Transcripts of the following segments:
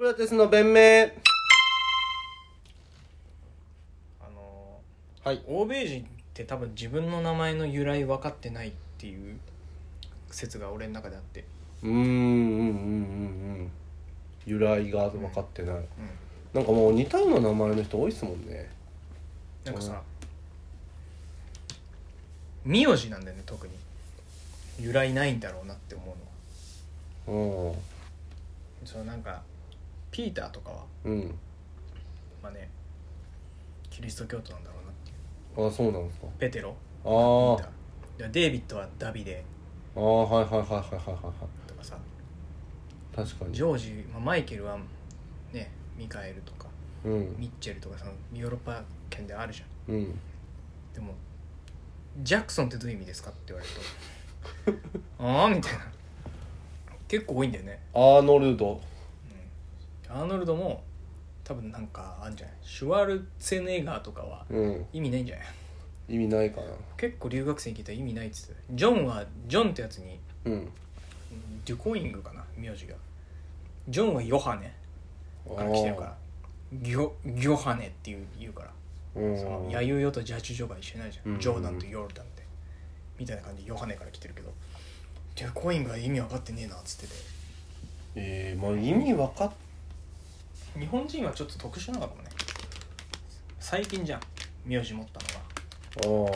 ラテスの弁明あのはい欧米人って多分自分の名前の由来分かってないっていう説が俺の中であって、うーんうんうんうんうん由来が分かってないうん、なんかもう似たような名前の人多いっすもんねなんかさ名字なんだよね特に由来ないんだろうなって思うのはうんそのなんかピーターとかはうんまあねキリスト教徒なんだろうなっていうあそうなんですかペテロあピーーターでデイビッドはダビデあーはいはいはいはいはいはいはとかさい確かにジョージ、まあ、マイケルはねミカエルとかうんミッチェルとかさヨーロッパ圏であるじゃんうんでも「ジャクソンってどういう意味ですか?」って言われると「ああ」みたいな結構多いんだよね、アーノルドうん、アーノルドも多分なんかあるんじゃないシュワルツェネッガーとかはうん意味ないんじゃない意味ないかな結構留学生に聞いたら意味ないっつってたジョンはジョンってやつにうんデュコイングかな名字がジョンはヨハネから来てるからギョギョハネっていう言うからあーうんその弥生よとジャッジョが一緒にないじゃん、うんジョーダンとヨルダンってみたいな感じでヨハネから来てるけどデュコインが意味分かってねえなっつっててえー、まあ意味分かっ日本人はちょっと特殊なのかもね最近じゃん名字持ったのが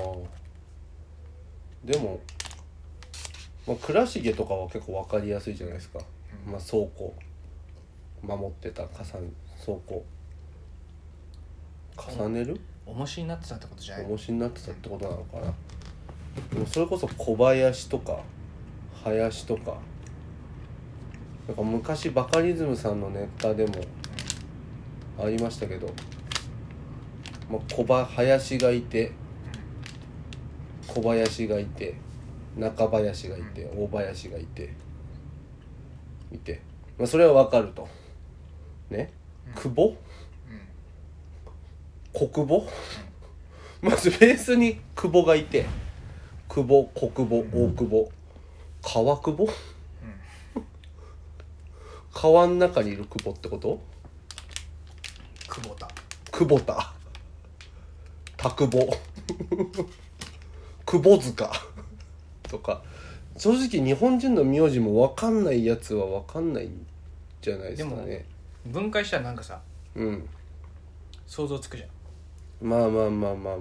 あーでも、まあ、倉重とかは結構分かりやすいじゃないですか、うんまあ、倉庫守ってた加算倉庫重ねる重しになってたってことじゃない重しになってたってことなのかなでもそれこそ小林とか林とかなんか昔バカリズムさんのネタでもありましたけど、まあ、小ば林がいて小林がいて中林がいて大林がいていて、まあ、それはわかるとね久保小久保まずベースに久保がいて久保小久保大久保川久保川の中にいる久保ってこと久保田久保田田久保久保塚とか正直日本人の名字も分かんないやつは分かんないんじゃないですかね分解したらなんかさうん想像つくじゃんまあまあまあまあまあまあ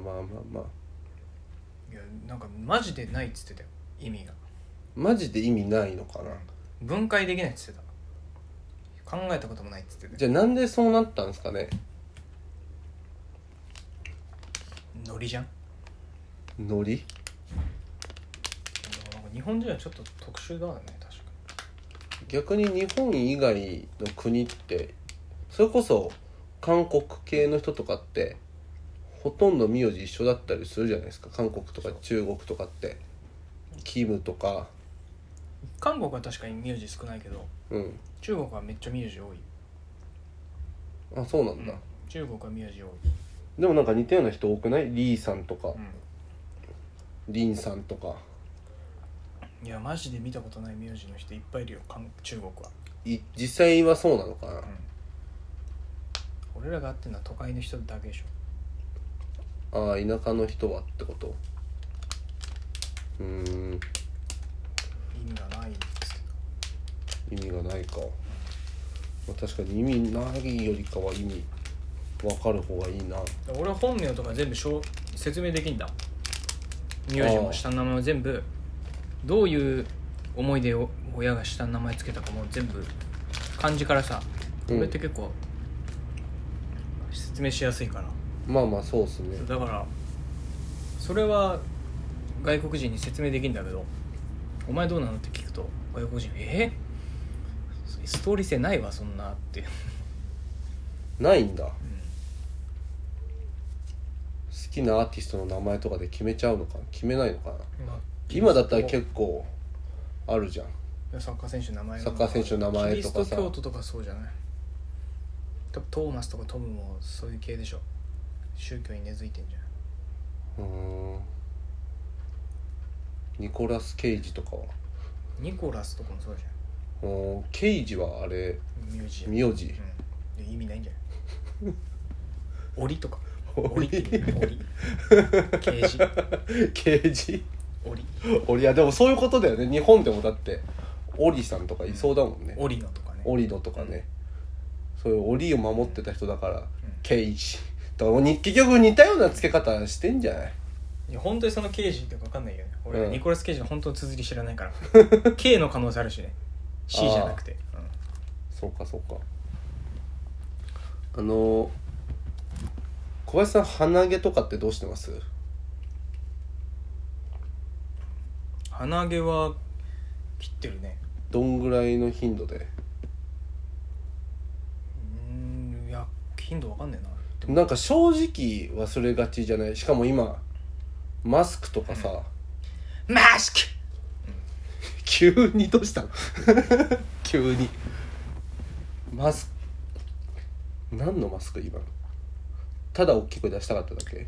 まあいやなんかマジでないっつってたよ意味がマジで意味ないのかな分解できないっつってた考えたこともないっつってたじゃあなんでそうなったんですかねノリじゃんノリなんか日本人はちょっと特殊だよね確か逆に日本以外の国ってそれこそ韓国系の人とかってほとんど名字一緒だったりするじゃないですか韓国とか中国とかってキムとかに韓国は確かに名字少ないけどうん中国はめっちゃ名字多い、あそうなんだ、中国は名字多い、でもなんか似たような人多くないリーさんとかうリンさんとかん、いやマジで見たことない名字の人いっぱいいるよ韓中国は、い実際はそうなのかなうん、俺らが会ってんのは都会の人だけでしょああ田舎の人はってことうーん意味がないんですけ意ど味がないか、まあ、確かに意味ないよりかは意味わかる方がいいなだから俺は本名とか全部しょう説明できんだ名字も下の名前も全部どういう思い出を親が下の名前つけたかも全部漢字からさこうんれって結構説明しやすいから、まあまあそうっすねだからそれは外国人に説明できんだけど「お前どうなの?」って聞くと外国人「えストーリー性ないわそんな」って、うんないんだ好きなアーティストの名前とかで決めちゃうのかな決めないのかな今だったら結構あるじゃんサッカー選手の名前もサッカー選手の名前とかさキリスト教徒とかそうじゃない多分トーマスとかトムもそういう系でしょ宗教に根付いてんじゃんうーんニコラス・ケイジとかはニコラスとかもそうじゃうーんケイジはあれんミュージアム名字うん意味ないんじゃない 檻とか檻っていう檻 ケージケージ 檻俺いやでもそういうことだよね日本でもだってオリさんとかいそうだもんね檻のとかねオリノとかね、そういうオリを守ってた人だから、ケイジだからに結局似たような付け方してんじゃないいや本当にその刑事っていうか分かんないよね俺、うんニコラス・ケイジの本当の綴り知らない から K の可能性あるしね C じゃなくて、そうかそうかあの小林さん鼻毛とかってどうしてますうん鼻毛は切ってるねどんぐらいの頻度でうーんいや頻度分かんねえなでもなんか正直忘れがちじゃないしかも今マスクとかさ、マスク急にどうしたの 急にマスク何のマスク今のただ大きく出したかっただけん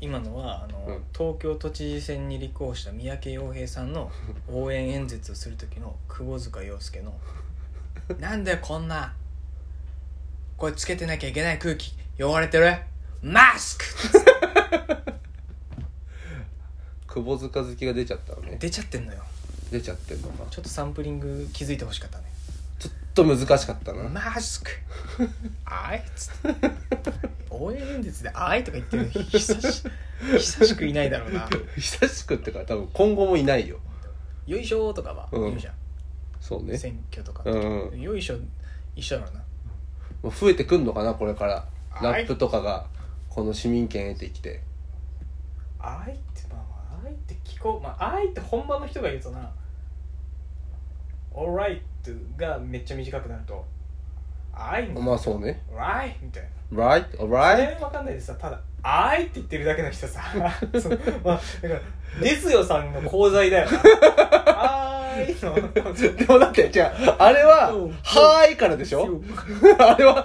今のはあの、うん東京都知事選に立候補した三宅洋平さ んの応援演説をする時の窪塚洋介 の「なんでこんなこれつけてなきゃいけない空気汚れてるマス ク!」窪塚好きが出ちゃったのね出ちゃってんのよ出ちゃってんのかちょっとサンプリング気づいてほしかったねちょっと難しかったな、 マスク あいっつって応援演説で「あい」とか言ってるの久し 久しくいないだろうな久しくってか多分今後もいないよ「よいしょ」とかはうん言うじゃん、そうね、選挙とか、うんうんよいしょ一緒だろうなまあ増えてくんのかなこれからはいラップとかがこの市民権得てきて「あい」ってまあまあ「あい」って聞こうまあ「あい」って本場の人が言うとな「オーライト」がめっちゃ短くなると「あい」まあそうね「ライ」みたいな Right? あ Alright? れわかんないでさただ「あーい」って言ってるだけの人さ そのまあだからですよさんの功罪だよな「あーい」のでもだってじゃああれはうん「はーい」からでしょ あれは「は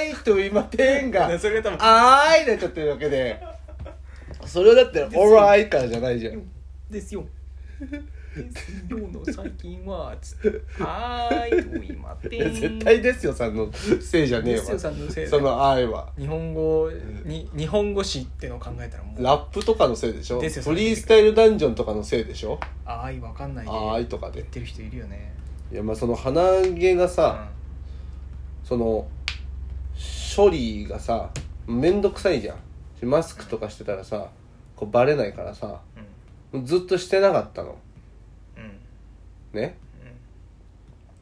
ーい」と今天がそれが「多分あーい」になっちゃってるわけでそれは だって「オーライ」からじゃないじゃん「ですよ」ですよの最近はつって「あーい」と言いまっていや絶対ですよさんのせいじゃねえでわすよさんのせいそでの「あーい」は日本語に日本語詞ってのを考えたらもうラップとかのせいでしょですよさんフリースタイルダンジョンとかのせいでしょ「あーい」わかんない「であーい」言とかでってる人いるよねいやまあその鼻毛がうさ、んその処理がさめんどくさいじゃんマスクとかしてたらさこうバレないからさずっとしてなかったのうんうんね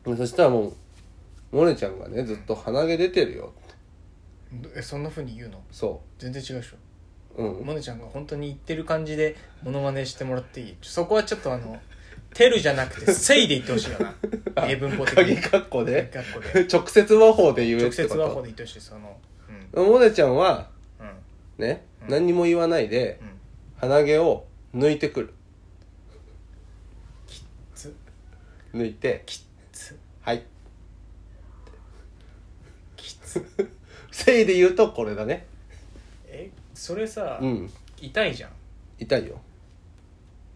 そしたらもうモネちゃんがねずっと鼻毛出てるよってうんえそんなふうに言うのそ全然違うでしょううんモネちゃんが本当に言ってる感じでモノマネしてもらっていいそこはちょっとあの「てる」じゃなくて「せい」で言ってほしいよな英文法的鍵に括弧で学校で直接魔法で言え直って接こ和法とで言ってほしいそのうんモネちゃんはうんねうん何にも言わないでうん鼻毛を抜いてくるつ抜いてつはいき つせいで言うとこれだねえそれさ、うん痛いじゃん痛いよ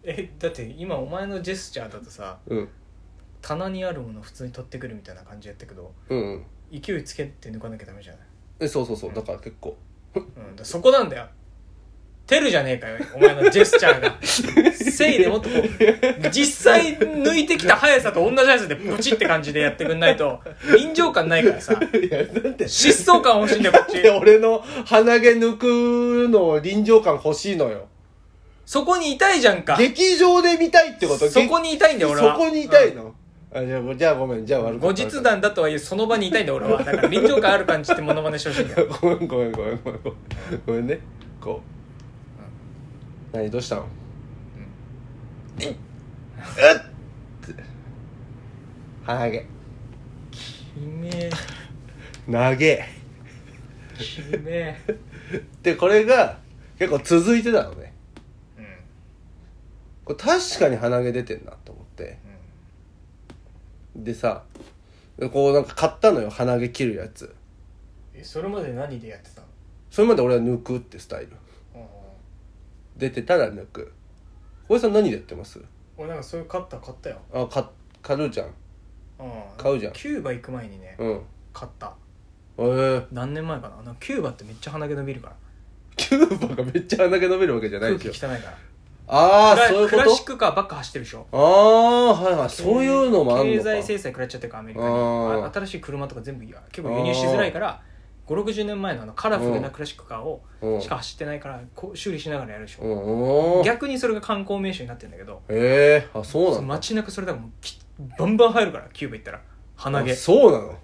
えだって今お前のジェスチャーだとさうん棚にあるもの普通に取ってくるみたいな感じやったけどうんうん勢いつけて抜かなきゃダメじゃない、えそうそうそうだから結構うん、だからそこなんだよ「てる」じゃねえかよお前のジェスチャー がせいでもっとこう、実際抜いてきた速さと同じ速さでプチって感じでやってくんないと、臨場感 ないからさ、いやだって疾走感欲しいんだよ、こっでち。 俺の鼻毛抜くの臨場感欲しいのよそこにいたいじゃんか。劇場で見たいってことそこにいたいんだよ、俺は。そこにいたいの、あじゃあじゃあごめんじゃあ悪か後った日談だとはいうその場にいたいんだよ、俺は。だから臨場感ある感じってモノマネしてほしいんだよ。ごめんごめんごめんごめんごめんごめんねこう、何どうしたの、えっうっって鼻毛きめえ、投げきめえ。でこれが結構続いてたのねうん。うんこれ確かに鼻毛出てんなと思ってでさこうなんか買ったのよ鼻毛切るやつえ、それまで何でやってたのそれまで俺は抜くってスタイルうんうん出てたら抜く小林さん何でやってます俺なんかそういうカッター買ったよ。あか買うじゃんうん買うじゃんキューバ行く前にね、うん買った。えー、 何年前かななんかキューバってめっちゃ鼻毛伸びるからキューバがめっちゃ鼻毛伸びるわけじゃないで空気汚すよいからあクあラそういうこクラシッとクカーばっか走ってるでしょああはいはいそういうのもあんの経か済制裁食らっちゃってるからアメリカにあーあ新しい車とか全部いや結構輸入しづらいから560年前のあのカラフルなクラシックカーをうんしか走ってないからこう修理しながらやるでしうょんうん逆にそれが観光名所になってるんだけどええあそうなの街中それだからもうきバンバン入るからキューバ行ったら鼻毛あそうなの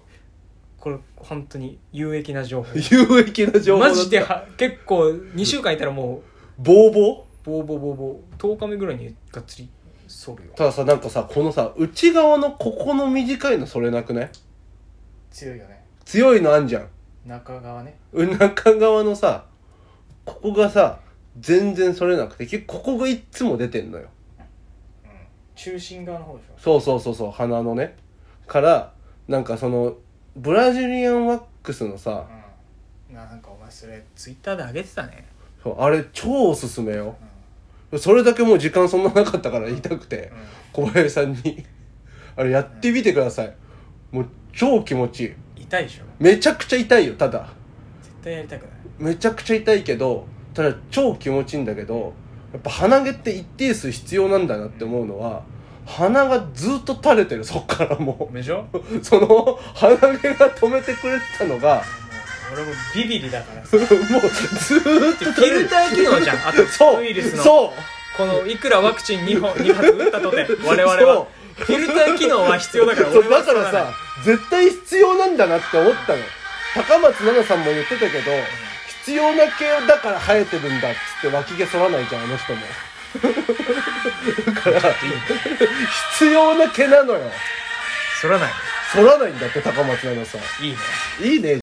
これ本当に有益な情報有益な情報だマったジでは結構2週間いたらもボーボーうボーボーボーボー10日目ぐらいにがっつり剃るよたださなんかさこのさ内側のここの短いのそれなくない強いよね強いのあんじゃん中側ねう中側のさここがさ全然それなくて結構ここがいっつも出てんのよ中心側の方でしょそうそうそうそう鼻のねからなんかそのブラジリアンワックスのさうん、なんかお前それツイッターで上げてたね、そうあれ超おすすめよそれだけもう時間そんななかったから言いたくてうん小林さんにあれやってみてくださいもう超気持ちいい痛いでしょめちゃくちゃ痛いよただ絶対やりたくないめちゃくちゃ痛いけどただ超気持ちいいんだけどやっぱ鼻毛って一定数必要なんだなって思うのは鼻がずっと垂れてるそっからもでしょもううその鼻毛が止めてくれてたのが俺もビビリだからもさうずーっとフ垂れィるルター機能 じゃんあとそうウイルスのそうこのいくらワクチン2本2発打ったとて我々はフィルター機能は必要だからそう俺はだ必か要らだねさ絶対必要なんだなって思ったの高松菜奈さんも言ってたけど必要な系だから生えてるんだっつって脇毛剃らないじゃんあの人もだから必要な毛なのよそらない剃らないんだって高松菜奈さんいいねいいね